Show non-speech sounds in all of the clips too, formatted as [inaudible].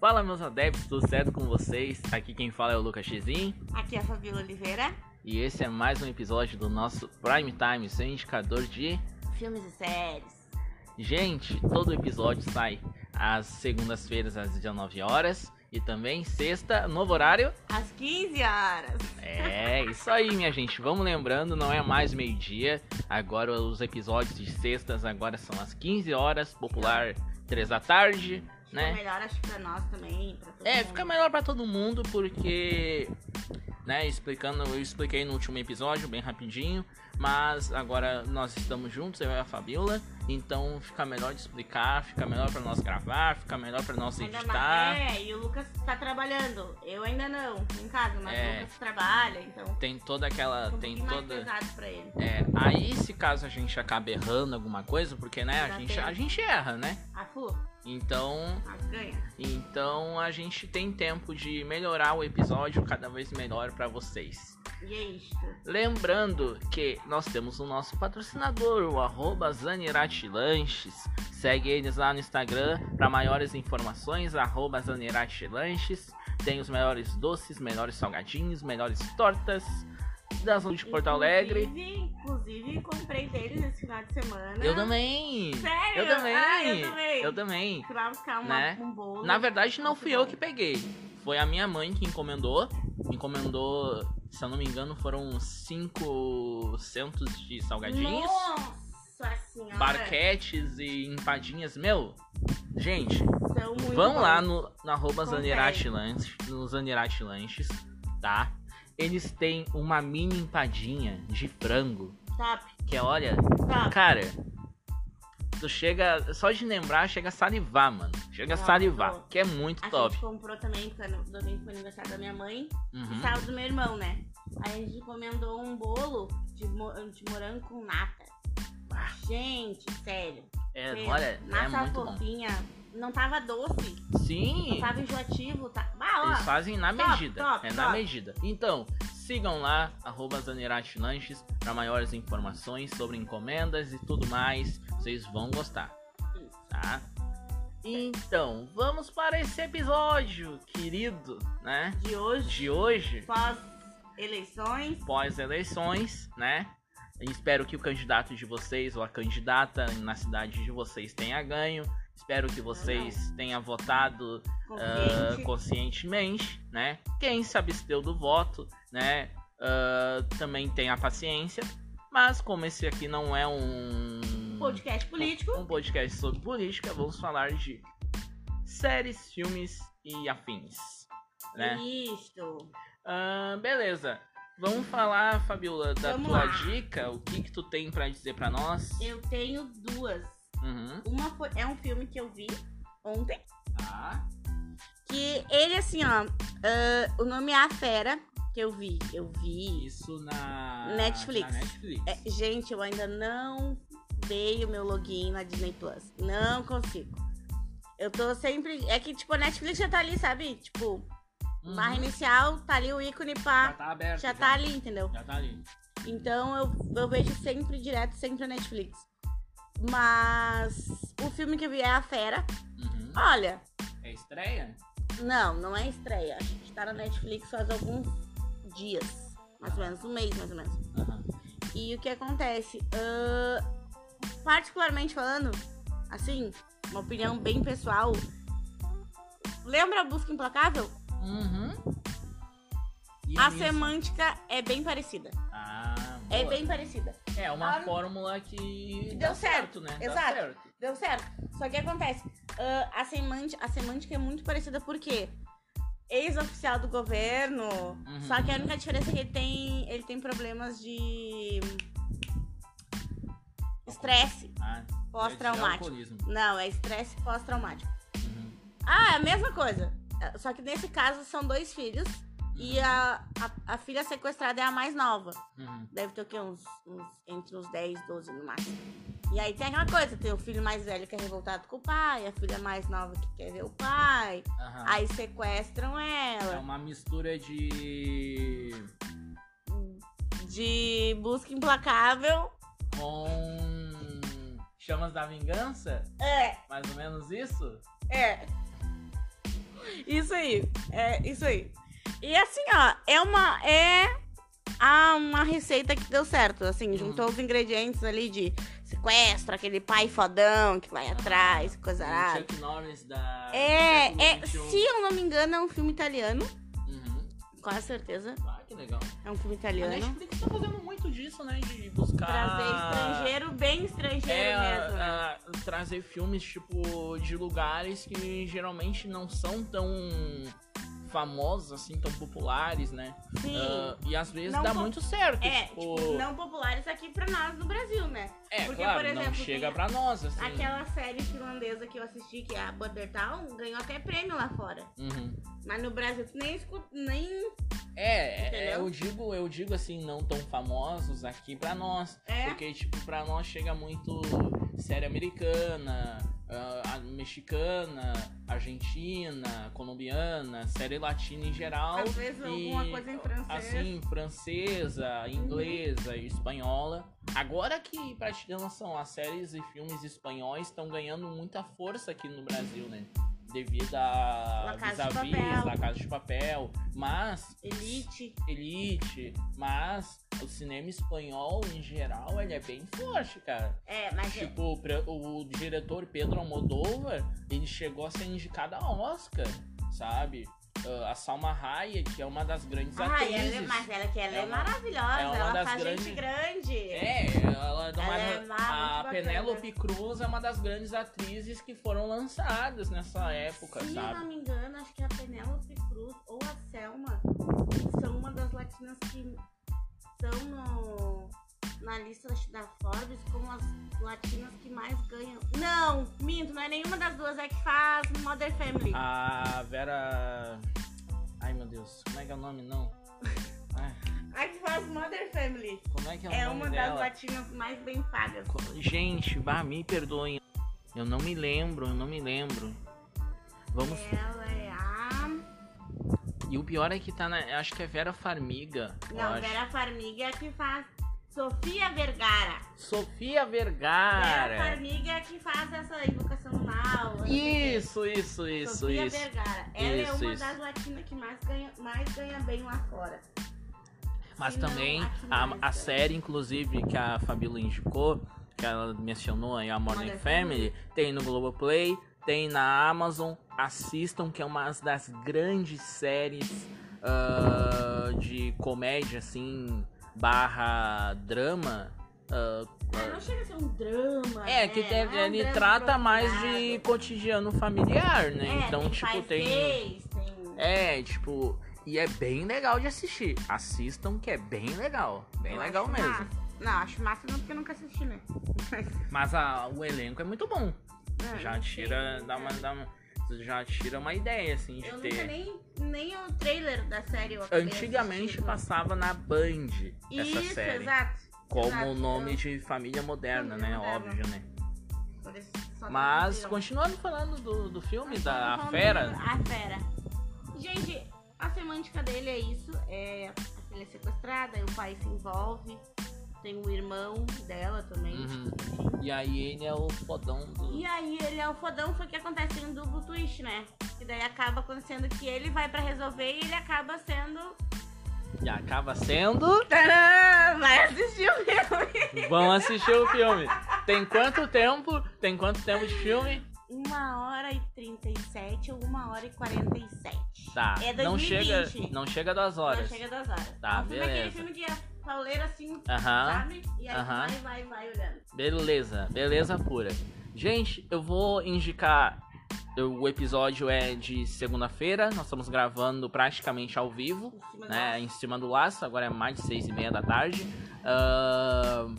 Fala meus adeptos, tudo certo com vocês? Aqui quem fala é o Lucas Xizin Aqui é a Fabiola Oliveira, e esse é mais um episódio do nosso Prime Time, seu indicador de. filmes e séries. Gente, todo episódio sai às segundas-feiras às 19 horas e também sexta, novo horário. Às 15 horas. É, isso aí, minha gente. Vamos lembrando, não é mais meio-dia. Agora os episódios de sextas agora são às 15 horas, popular 3 da tarde, Fica né? melhor, acho, pra nós também. Pra todo É, mundo. fica melhor pra todo mundo porque, né, explicando, eu expliquei no último episódio bem rapidinho, mas agora nós estamos juntos, eu e a Fabiola, então fica melhor de explicar, fica melhor pra nós gravar, fica melhor pra nós Ainda editar. mais, é, e o Lucas tá trabalhando. Eu ainda não, em casa, mas É. o Lucas trabalha, então Tem toda aquela, fica um tem pouquinho mais toda pesado pra ele. É, aí se caso a gente acabe errando alguma coisa, porque né, a Dá gente, tempo. a gente erra, né? A Fu, Então, nós ganha. então a gente tem tempo de melhorar o episódio cada vez melhor pra vocês. E é isto. Lembrando que nós temos o nosso patrocinador, o arroba Zanirati Lanches. Segue eles lá no Instagram para maiores informações, arroba Zanirati Lanches. Tem os melhores doces, melhores salgadinhos, melhores tortas da zona de Porto Alegre. Inclusive, inclusive, comprei deles esse final de semana. Eu também! Sério? Eu também. Ah, eu também. Eu também. Fui lá buscar uma- Né? um bolo. Na verdade, não Muito fui eu bom. que peguei. Foi a minha mãe que encomendou. Encomendou, se eu não me engano, foram 500 de salgadinhos, Nossa senhora. barquetes e empadinhas. Meu, gente, São muito vão lá bons. no, no arroba Confere. Zanirati Lanches, no Zanirati Lanches, tá? Eles têm uma mini empadinha de frango, Top, que é, olha, top. Cara, tu chega. Só de lembrar, chega a salivar, mano. Chega a Nossa, assim, salivar, bom. que é muito A top. gente comprou também, porque no domingo foi aniversário da minha mãe Uhum. e saiu do meu irmão, né? Aí a gente encomendou um bolo de, mo- de morango com nata. Ah. Gente, sério. É, sério. olha, é Nata muito bom. fofinha. Não tava doce, Sim, não tava enjoativo. Tá... Bah, ó. eles fazem na Top, medida. top, é na top. medida. Então, sigam lá, arroba Zanirati Lanches, pra maiores informações sobre encomendas e tudo mais. Vocês vão gostar, Isso. tá? Então, vamos para esse episódio, querido, né? De hoje, De hoje. pós-eleições, pós-eleições, né? Espero que o candidato de vocês ou a candidata na cidade de vocês tenha ganho. Espero que vocês tenham votado ah, consciente. conscientemente, né? Quem se absteu do voto, né? ah, também tenha paciência. Mas como esse aqui não é um podcast político. um podcast sobre política, vamos falar de séries, filmes e afins, né? Isso. Ah, beleza. Vamos falar, Fabiola, da Vamos tua lá. dica. O que que tu tem pra dizer pra nós? Eu tenho duas. Uhum. Uma foi- é um filme que eu vi ontem. Tá. Que ele, assim, ó. ah, o nome é A Fera, que eu vi. Eu vi. Isso na Netflix. na Netflix. É, gente, eu ainda não dei o meu login na Disney Plus. Não consigo. Eu tô sempre. É que, tipo, a Netflix já tá ali, sabe? Tipo, Uhum. barra inicial, tá ali o ícone Já pá. tá aberto. Já tá ali, entendeu? Já tá ali. Então eu, eu vejo sempre direto, sempre a Netflix. Mas o filme que eu vi é A Fera. Uhum. Olha, É estreia? Não, não é estreia. Acho que tá na Netflix faz alguns dias. Mais ou menos, um mês mais ou menos. Aham. Uhum. E o que acontece? Ahn, particularmente falando, assim, uma opinião bem pessoal. Lembra a busca implacável? Uhum. E A nisso? semântica é bem parecida. Ah, É boa. bem parecida. É uma Ah, fórmula que deu dá certo, né? Dá exato. certo. Deu certo. Só que acontece, ah, a, semântica, a semântica é muito parecida porque ex-oficial do governo, Uhum. só que a única diferença é que ele tem, ele tem problemas de estresse Ah, pós-traumático. é de alcoolismo. Não, é estresse pós-traumático. Uhum. Ah, é a mesma coisa. É, Só que nesse caso são dois filhos e a, a, a filha sequestrada é a mais nova. Uhum. Deve ter o quê? Uns, uns- entre uns 10, 12 no máximo. E aí tem aquela coisa, tem o filho mais velho que é revoltado com o pai, a filha mais nova que quer ver o pai. Aham. Aí sequestram É ela. uma mistura de. É um De busca implacável. com Chamas da Vingança? É, Mais ou menos isso? é. Isso aí. É isso aí. E assim, ó, é uma. É a, uma receita que deu certo. Assim, juntou os ingredientes ali de sequestro, aquele pai fodão que vai atrás, coisa O arada. Chuck Norris da. É, do é, século se XXI. eu não me engano, é um filme italiano. Uhum. Quase certeza. Ah, que legal. É um filme A italiano. Netflix tá fazendo muito disso, né? De buscar. Trazer estrangeiro, bem É, estrangeiro mesmo. né? a- a- trazer filmes, tipo, de lugares que geralmente não são tão famosos, assim, tão populares, né? Sim. Ah, e às vezes Não dá po- muito certo. É, tipo, tipo, não populares aqui pra nós no Brasil, né? é, porque, claro, por exemplo, não chega tem pra nós, assim. Aquela série finlandesa que eu assisti, que é a Border Town, ganhou até prêmio lá fora. Uhum. Mas no Brasil tu nem escuta, nem... É, é, Entendeu? eu digo, eu digo assim, não tão famosos aqui pra nós. É. Porque, tipo, pra nós chega muito série americana, ah, a- mexicana, argentina, colombiana, série latina em geral. Às vezes alguma coisa em francês. Assim, francesa, inglesa, e espanhola. Agora que, pra te ter noção, as séries e filmes espanhóis estão ganhando muita força aqui no Brasil, né? Devido a La Casa de vis-a-vis, Papel. La Casa de Papel. Mas Elite. elite, mas o cinema espanhol em geral ele é bem forte, cara. É, mas... é- Tipo, o pre- o, diretor Pedro Almodóvar, ele chegou a ser indicado a Oscar, sabe? Ah, a Salma Hayek, que é uma das grandes Ah, atrizes. ela é, mas ela que ela é, É uma- maravilhosa, é uma ela das faz gente grandes- grande. É, ela, é uma- Ela a é má, muito bacana. Penélope Cruz é uma das grandes atrizes que foram lançadas nessa época, Se eu sabe? não me engano, acho que a Penélope Cruz ou a Selma são uma das latinas que são no- na lista acho, da Forbes como as latinas que mais ganham. Não, minto, não é nenhuma das duas, é que faz Mother Family. Ah. A Vera. Ai meu Deus, como é que é o nome? Não. Ai, A que faz Mother Family. como é que é o É nome uma dela? das latinas mais bem pagas. Co- Gente, bah, me perdoem. Eu não me lembro, eu não me lembro. Vamos. Ela é a. E o pior é que tá na. eu Acho que é Vera Farmiga. eu Não, acho. Vera Farmiga é a que faz Sofia Vergara. Sofia Vera Vergara. Farmiga é a que faz essa invocação do mal. eu não sei o quê. Isso, isso, isso, Sofia isso. Vergara. Ela é Isso, uma isso. das latinas que mais ganha, mais ganha bem lá fora. Mas Se não, também a que mais a, a ganha. série, inclusive, que a Fabíola indicou, que ela mencionou aí, a Modern Modern Family, tem no Globoplay, tem na Amazon. Assistam, que é uma das grandes séries ah, de comédia, assim, barra drama. ah, Ah, não chega a ser um drama. é, né? que tem- Não é um ele drama trata mais de aprofundado. cotidiano familiar, né? É, então, tem tipo, pais tem. gays, tem- É, tipo, e é bem legal de assistir. Assistam que é bem legal. Bem Eu legal acho mesmo. massa. Não, acho massa não porque eu nunca assisti, né? Mas a- o elenco é muito bom. Ah, já [laughs] não tira. sei, Dá uma, nunca- dá uma- já tira uma ideia, assim, de Eu ter. nunca nem, nem o trailer da série. eu acabei Antigamente assistindo. passava na Band essa tipo. Isso, série. exato. Como exato. o nome de família moderna, né? Família Moderna. Óbvio, né? Então, eles só Mas traduziram. continuando falando do, do filme, da Vamos fera. ver A fera. Gente, a semântica dele é isso. É, a filha é sequestrada, aí o pai se envolve. Tem o irmão dela também. Uhum. E aí ele é o fodão do. E aí ele é o fodão, só que acontece um duplo twist, né? E daí acaba acontecendo que ele vai pra resolver e ele acaba sendo. [laughs] E acaba sendo. Tcharam! Vai assistir o filme! Vão assistir o filme. Tem quanto tempo? Tem quanto tempo de filme? Uma hora e 37 ou uma hora e 47. Tá. É não 2020. chega, não chega das horas. Não chega das horas. Tá, é um filme, aquele beleza. filme que é pauleira assim, Aham. sabe? E aí tu aham. vai, vai, vai olhando. Beleza, beleza pura. Gente, eu vou indicar. eu- O episódio é de segunda-feira, nós estamos gravando praticamente ao vivo. Em cima né, do- em cima do laço, agora é mais de seis e meia da tarde. Ahn,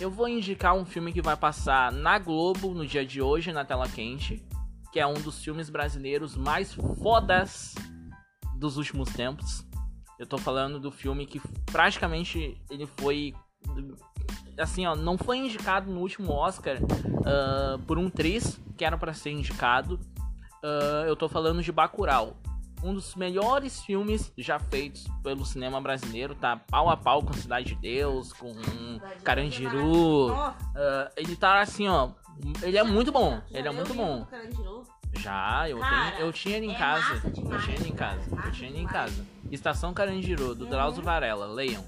eu vou indicar um filme que vai passar na Globo no dia de hoje, na tela quente, que é um dos filmes brasileiros mais fodas dos últimos tempos. Eu tô falando do filme que praticamente ele foi. Assim, ó, não foi indicado no último Oscar ah, por um tris, que era pra ser indicado. Ah, eu tô falando de Bacurau um dos melhores filmes já feitos pelo cinema brasileiro, tá pau a pau com Cidade de Deus, com Deus é Carandiru. Nossa, Ah, ele tá assim, ó. Ele é muito bom. já Ele é leu muito o livro bom. do Carandiru? Já, eu, Cara, tenho, eu tinha ele em é casa. massa eu demais, tinha ele em cara, casa. massa eu tinha ele em demais. casa. Estação Carandiru, do Uhum. Drauzio Varela. Leiam.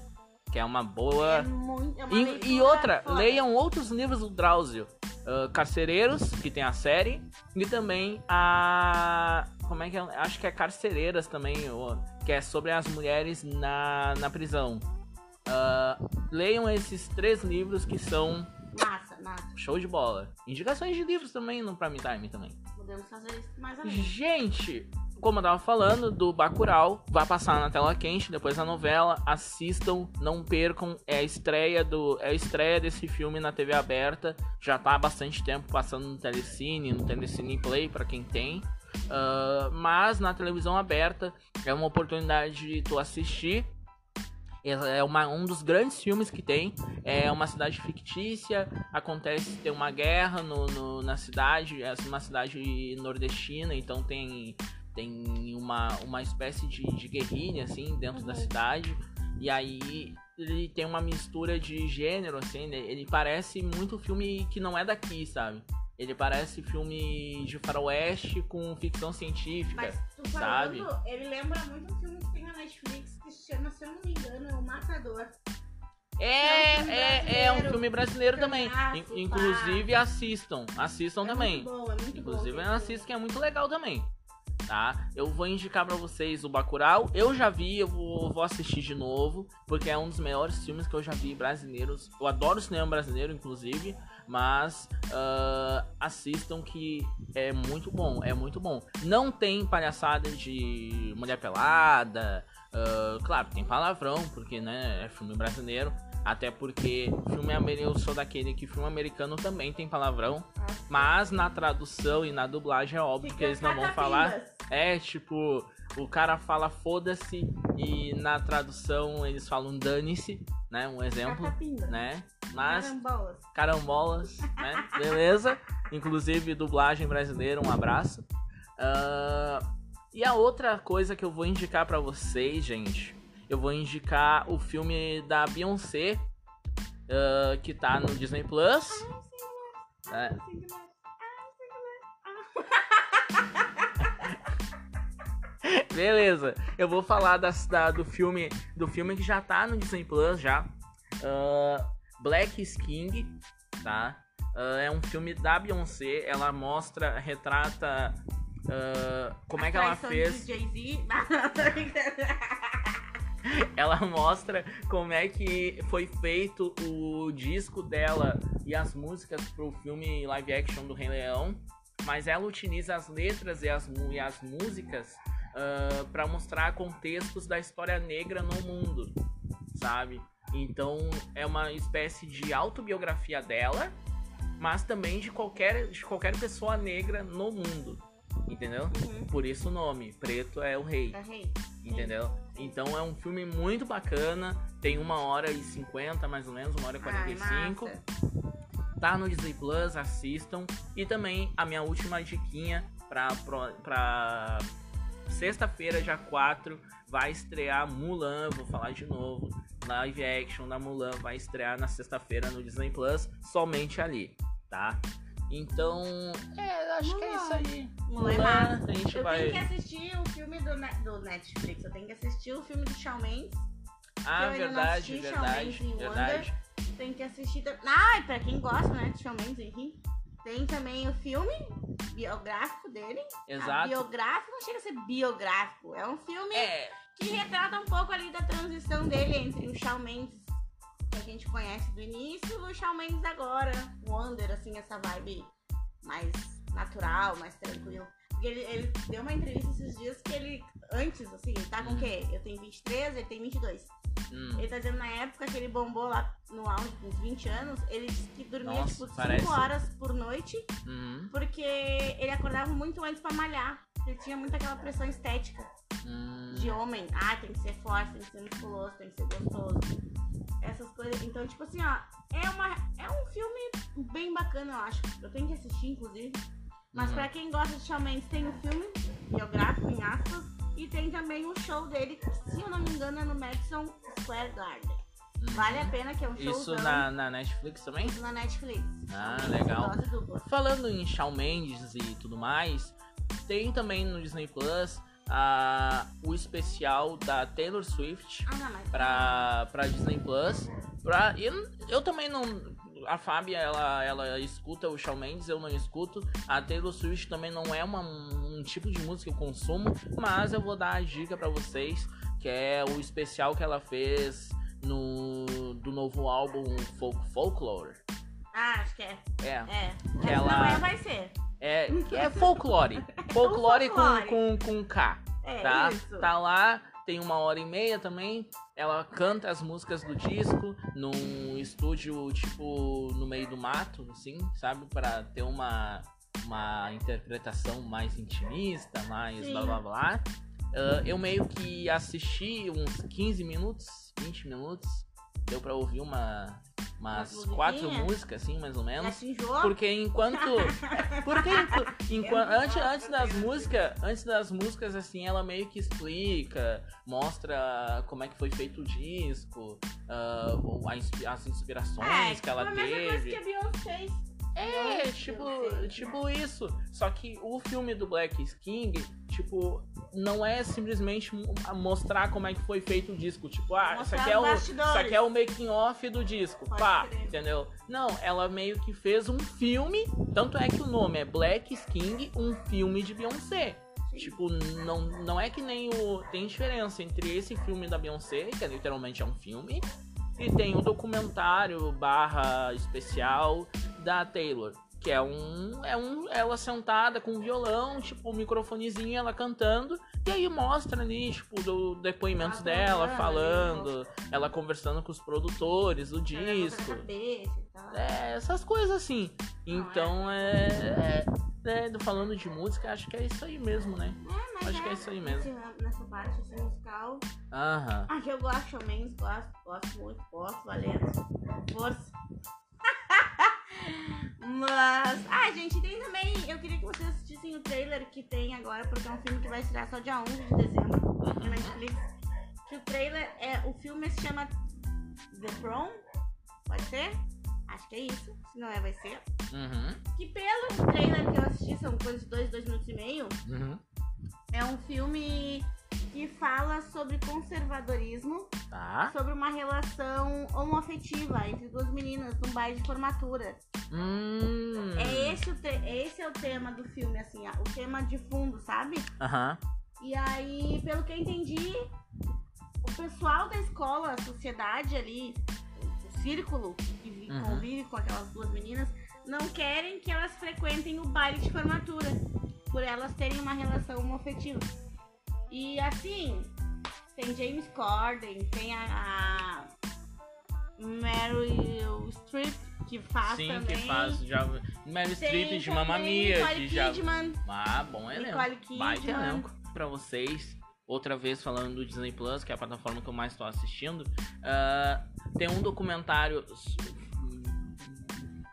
Que é uma boa. É muito, é uma leitura E, e outra, foda. leiam outros livros do Drauzio. Ah, Carcereiros, que tem a série. E também a. Como é que é? Acho que é Carcereiras também, ou- que é sobre as mulheres na, na prisão. Ah, leiam esses três livros que são Massa, massa. show de bola. Indicações de livros também no Prime Time também. Podemos fazer isso mais à noite. Gente, como eu tava falando, do Bacurau, vai passar na tela quente, depois da novela, assistam, não percam, é a estreia do é a estreia desse filme na TV aberta, já tá há bastante tempo passando no Telecine, no Telecine Play, pra quem tem. Ah, mas na televisão aberta é uma oportunidade de tu assistir. É é uma, um dos grandes filmes que tem. É uma cidade fictícia. Acontece tem uma guerra no, no- na cidade. É uma cidade nordestina, então tem, tem uma, uma espécie de, de guerrilha assim dentro da Uhum. cidade. E aí ele tem uma mistura de gênero, assim, né? ele parece muito filme que não é daqui, sabe? Ele parece filme de faroeste com ficção científica. Mas tu falando, ele lembra muito um filme que tem na Netflix que se chama, se eu não me engano, é O Matador. É, É um filme é, é um brasileiro, filme brasileiro também. filmaço, In- pá. Inclusive, assistam. Assistam É também. Muito bom, é muito Inclusive, bom. eu assisto que é muito legal também. Tá? Eu vou indicar pra vocês o Bacurau. Eu já vi, eu vou, vou assistir de novo, porque é um dos melhores filmes que eu já vi brasileiros. Eu adoro cinema brasileiro, inclusive, mas ah, assistam que é muito bom, é muito bom. Não tem palhaçada de mulher pelada, ah, claro, tem palavrão, porque né, é filme brasileiro. Até porque filme americano, eu sou daquele que filme americano também tem palavrão. Mas na tradução e na dublagem é óbvio que eles não vão falar. É, tipo, o cara fala foda-se e na tradução eles falam dane-se, né? Um [laughs] exemplo, né? Mas Carambolas. carambolas, né? Beleza? Inclusive, dublagem brasileira, um abraço. Ah, e a outra coisa que eu vou indicar pra vocês, gente, eu vou indicar o filme da Beyoncé, ah, que tá no Disney Plus. É, Assim [laughs] Beleza, eu vou falar das- da- do filme do filme que já tá no Disney Plus já. Ah, Black is King, tá? Ah, é um filme da Beyoncé, ela mostra, retrata ah, como é que ela fez. Ela [laughs] mostra como é que foi feito o disco dela e as músicas pro filme live action do Rei Leão. Mas ela utiliza as letras e as, mu- e as músicas para mostrar contextos da história negra no mundo, sabe? Então é uma espécie de autobiografia dela, mas também de qualquer, de qualquer pessoa negra no mundo, entendeu? [laughs] Uhum. Por isso o nome, Preto é o Rei Tá, rei. entendeu? Então é um filme muito bacana, tem uma hora e 50 mais ou menos, uma hora e Ai, 45. massa. tá no Disney Plus, assistam. E também a minha última diquinha pra, pro- pra sexta-feira, dia 4, vai estrear Mulan, vou falar de novo. Live action da Mulan vai estrear na sexta-feira no Disney Plus, somente ali, tá? Então, é, acho que é isso aí. Mulan é a gente Eu vai. tenho que assistir o filme do, Ne- do Netflix. Eu tenho que assistir o filme do Shawn Mendes. Ah, eu ainda não verdade, assisti, verdade, Shawn Mendes e verdade. Tem que assistir. tam- Ah, e pra quem gosta, né? De Shawn Mendes, enfim. Tem também o filme biográfico dele. Ah, Exato. Biográfico não chega a ser biográfico. É um filme É, que retrata um pouco ali da transição dele entre o Shawn Mendes que a gente conhece do início e o Shawn Mendes agora. O Under, assim, essa vibe mais natural, mais tranquilo. Porque ele, ele deu uma entrevista esses dias que ele, antes, assim, ele tá com o quê? Eu tenho 23, ele tem 22. hum. Ele tá dizendo na época que ele bombou lá no auge com uns 20 anos, ele disse que dormia, Nossa, tipo, 5 parece. horas por noite Uhum, porque ele acordava muito antes pra malhar. Ele tinha muito aquela pressão estética hum. de homem. Ah, tem que ser forte, tem que ser musculoso, tem que ser gostoso. Essas coisas. Então, tipo assim, ó, é, uma, é um filme bem bacana, eu acho. Eu tenho que assistir, inclusive. Mas Uhum. pra quem gosta de Shawn Mendes, tem o filme biográfico, em aspas, e tem também o show dele, que, se eu não me engano, é no Madison Square Garden. Uhum. Vale a pena, que é um show Isso na, na Netflix também? na Netflix. Ah, Shawn Mendes, legal. dose dupla. Falando em Shawn Mendes e tudo mais, Tem também no Disney Plus a, o especial da Taylor Swift Ah, não, mas. pra, pra Disney Plus. Pra, e eu, eu também não. A Fábia, ela, ela escuta o Shawn Mendes, eu não escuto. A Taylor Swift também não é uma- um tipo de música que eu consumo, mas eu vou dar a dica pra vocês, que é o especial que ela fez no do novo álbum Folk, Folklore. Ah, acho que é. É, É. Que Mas ela- Não é, vai ser. é, que é folklore. Folklore com, folclore. com, com K. É, tá? isso. Tá lá, tem uma hora e meia também. Ela canta as músicas do disco num estúdio, tipo, no meio do mato, assim, sabe? Pra ter uma, uma interpretação mais intimista, mais Sim. blá blá blá. Ah, eu meio que assisti uns 15 minutos, 20 minutos. Deu pra ouvir uma, umas Umas quatro musiquinhas? músicas, assim, mais ou Já menos. te enjoou? Porque enquanto. Porque enqu- enquanto, Eu não antes, gosto antes das dessa. músicas. Antes das músicas, assim, ela meio que explica, mostra como é que foi feito o disco, ah, ou a inspi- as inspirações que ela É, tipo, a mesma coisa que teve. a Beyoncé fez. É, Beyoncé, tipo, Beyoncé. tipo isso. Só que o filme do Black King, tipo, não é simplesmente mo- mostrar como é que foi feito o disco. Tipo, ah, isso Mostrar aqui é os o, bastidores. isso aqui é o making off do disco. Pode Pá, crer. entendeu? Não, ela meio que fez um filme, tanto é que o nome é Black King, um filme de Beyoncé. Sim. Tipo, não, não é que nem o. Tem diferença entre esse filme da Beyoncé, que literalmente é um filme, e tem o documentário barra especial da Taylor. Que é um. É um. Ela sentada com um violão, tipo, um microfonezinho, ela cantando. E aí mostra ali, tipo, do depoimentos Ah, dela, tá, falando, ela conversando com os produtores do Ela levanta a disco. cabeça e tal. É, essas coisas assim. Não, Então é. é, é, falando de música, acho que é isso aí mesmo, né? É, mas Acho que é isso aí mesmo. nesse- Nessa parte assim, musical. Aham. Ah, que eu gosto, ao menos gosto, gosto muito, gosto, valendo. Força. [laughs] Mas. Ah, gente, tem também. Eu queria que vocês assistissem o trailer que tem agora, porque é um filme que vai estrear só dia 11 de dezembro na Netflix. Que o trailer é. O filme se chama The Prom? Pode ser? Acho que é isso. Se não é, vai ser. Uhum. Que pelo trailer que eu assisti, são coisas de dois, dois minutos e meio. Uhum. É um filme que fala sobre conservadorismo, Tá. sobre uma relação homoafetiva entre duas meninas num baile de formatura. Hum. É esse, o te- esse é o tema do filme, assim, ó, o tema de fundo, sabe? Aham. E aí, pelo que eu entendi, o pessoal da escola, a sociedade ali, o- o círculo que vi- Uhum. convive com aquelas duas meninas, não querem que elas frequentem o baile de formatura, por elas terem uma relação homoafetiva. E assim, tem James Corden, tem a, a Meryl Streep, que faz Sim, também. que faz. Já... Mary Streep Tem de Mamma também Mia. Nicole Que já... Kidman. Ah, bom elenco. Nicole Baita Kidman. elenco pra vocês. Outra vez falando do Disney Plus, que é a plataforma que eu mais tô assistindo. Ah, tem um documentário s-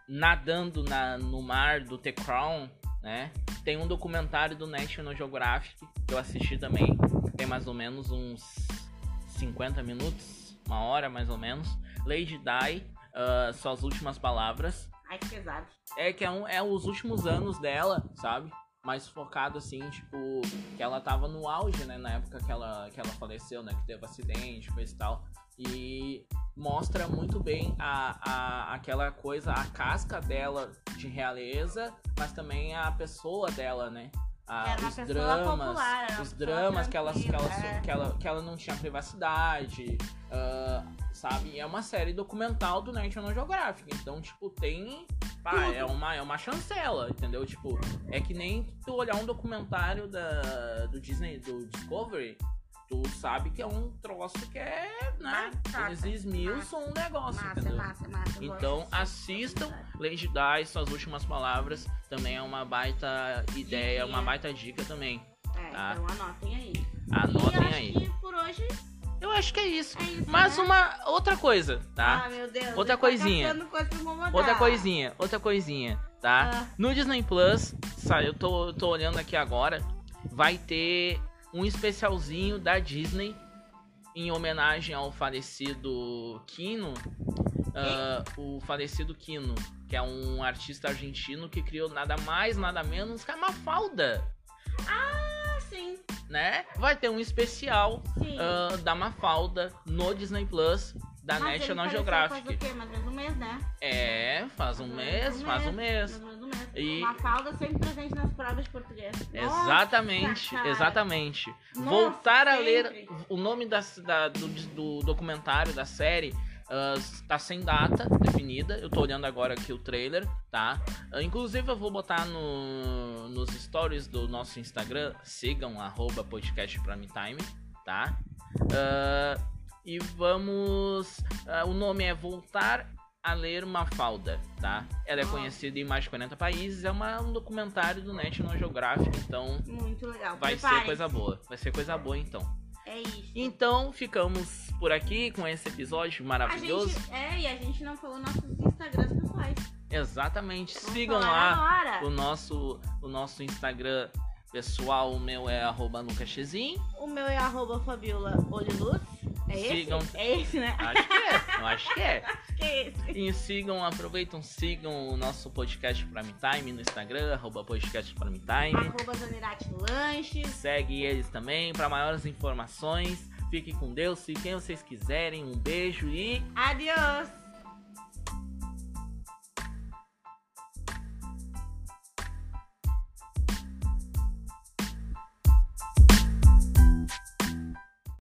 nadando na- no mar do The Crown, né? Tem um documentário do National Geographic que eu assisti também. Tem mais ou menos uns 50 minutos, uma hora mais ou menos. Lady Di, ah, Suas Últimas Palavras. Ai, que pesado. É que é, um, é os últimos anos dela, sabe? Mais focado assim, tipo, que ela tava no auge, né? Na época que ela, que ela faleceu, né? Que teve acidente, coisa e tal. E mostra muito bem a, a, aquela coisa, a casca dela de realeza, mas também a pessoa dela, né? A- Era uma os É, pessoa dramas, popular, era uma os pessoa dramas que ela, que, ela, tranquila, é. que, ela, que ela não tinha privacidade, ah, sabe? É uma série documental do National Geographic. Então, tipo, tem. Pá, é uma, é uma chancela, entendeu? Tipo, é que nem tu olhar um documentário da, do Disney, do Discovery, tu sabe que é um troço que é. Né? Batata. Eles esmiuçam um negócio, Massa, entendeu? massa, massa. eu gosto tipo Então disso. assistam Lady Di, suas últimas palavras, também é uma baita ideia, uma baita dica também. É, Tá. então anotem aí. e eu Anotem acho aí. que por hoje Eu acho que é isso. é isso. Mas né? uma outra coisa, tá? Ah, meu Deus. Outra ele tá coisinha. caçando coisa pra incomodar. Outra coisinha, outra coisinha, tá? tá. Ah, No Disney Plus, sa- eu tô, tô olhando aqui agora, vai ter um especialzinho da Disney em homenagem ao falecido Kino. Ah, o falecido Kino, que é um artista argentino que criou nada mais, nada menos que a Mafalda. Ah, sim, né? Vai ter um especial sim. ah, da Mafalda no Disney Plus da Mas ele National faleceu Faz o Geographic. quê? Mais ou menos um mês, né? É, faz um mês, faz um mês. Mais ou menos um mês. E- Uma falda sempre presente nas provas de português. Exatamente, cara. exatamente. Nossa, Voltar a ler sempre. o nome da, da- do, do documentário, da série, ah, tá sem data definida. Eu tô olhando agora aqui o trailer, tá? Ah, inclusive, eu vou botar no, nos stories do nosso Instagram. Sigam, arroba podcast pra me time, tá? Ah, e vamos. ah, o nome é Voltar a Ler Mafalda, tá? Ela é Nossa. conhecida em mais de 40 países. É uma- um documentário do National Geographic, então Muito legal. vai ser Prepare-se. coisa boa. Vai ser coisa boa, então. É isso. Então, ficamos por aqui com esse episódio a maravilhoso. gente, é, e a gente não falou nossos Instagrams pessoais. Exatamente. Vamos Sigam lá. falar Agora. o nosso, o nosso Instagram pessoal, o meu é arroba lucasxin. O meu é arroba Fabiola Oliluz. É esse? Sigam. É esse, né? Acho que é, eu acho que é. Acho que é esse. E sigam, aproveitam, sigam o nosso podcast Prime Time no Instagram, arroba podcast Prime Time. Arroba Zanirati Lanches. Segue eles também para maiores informações. Fiquem com Deus, se quem vocês quiserem. Um beijo e Adiós.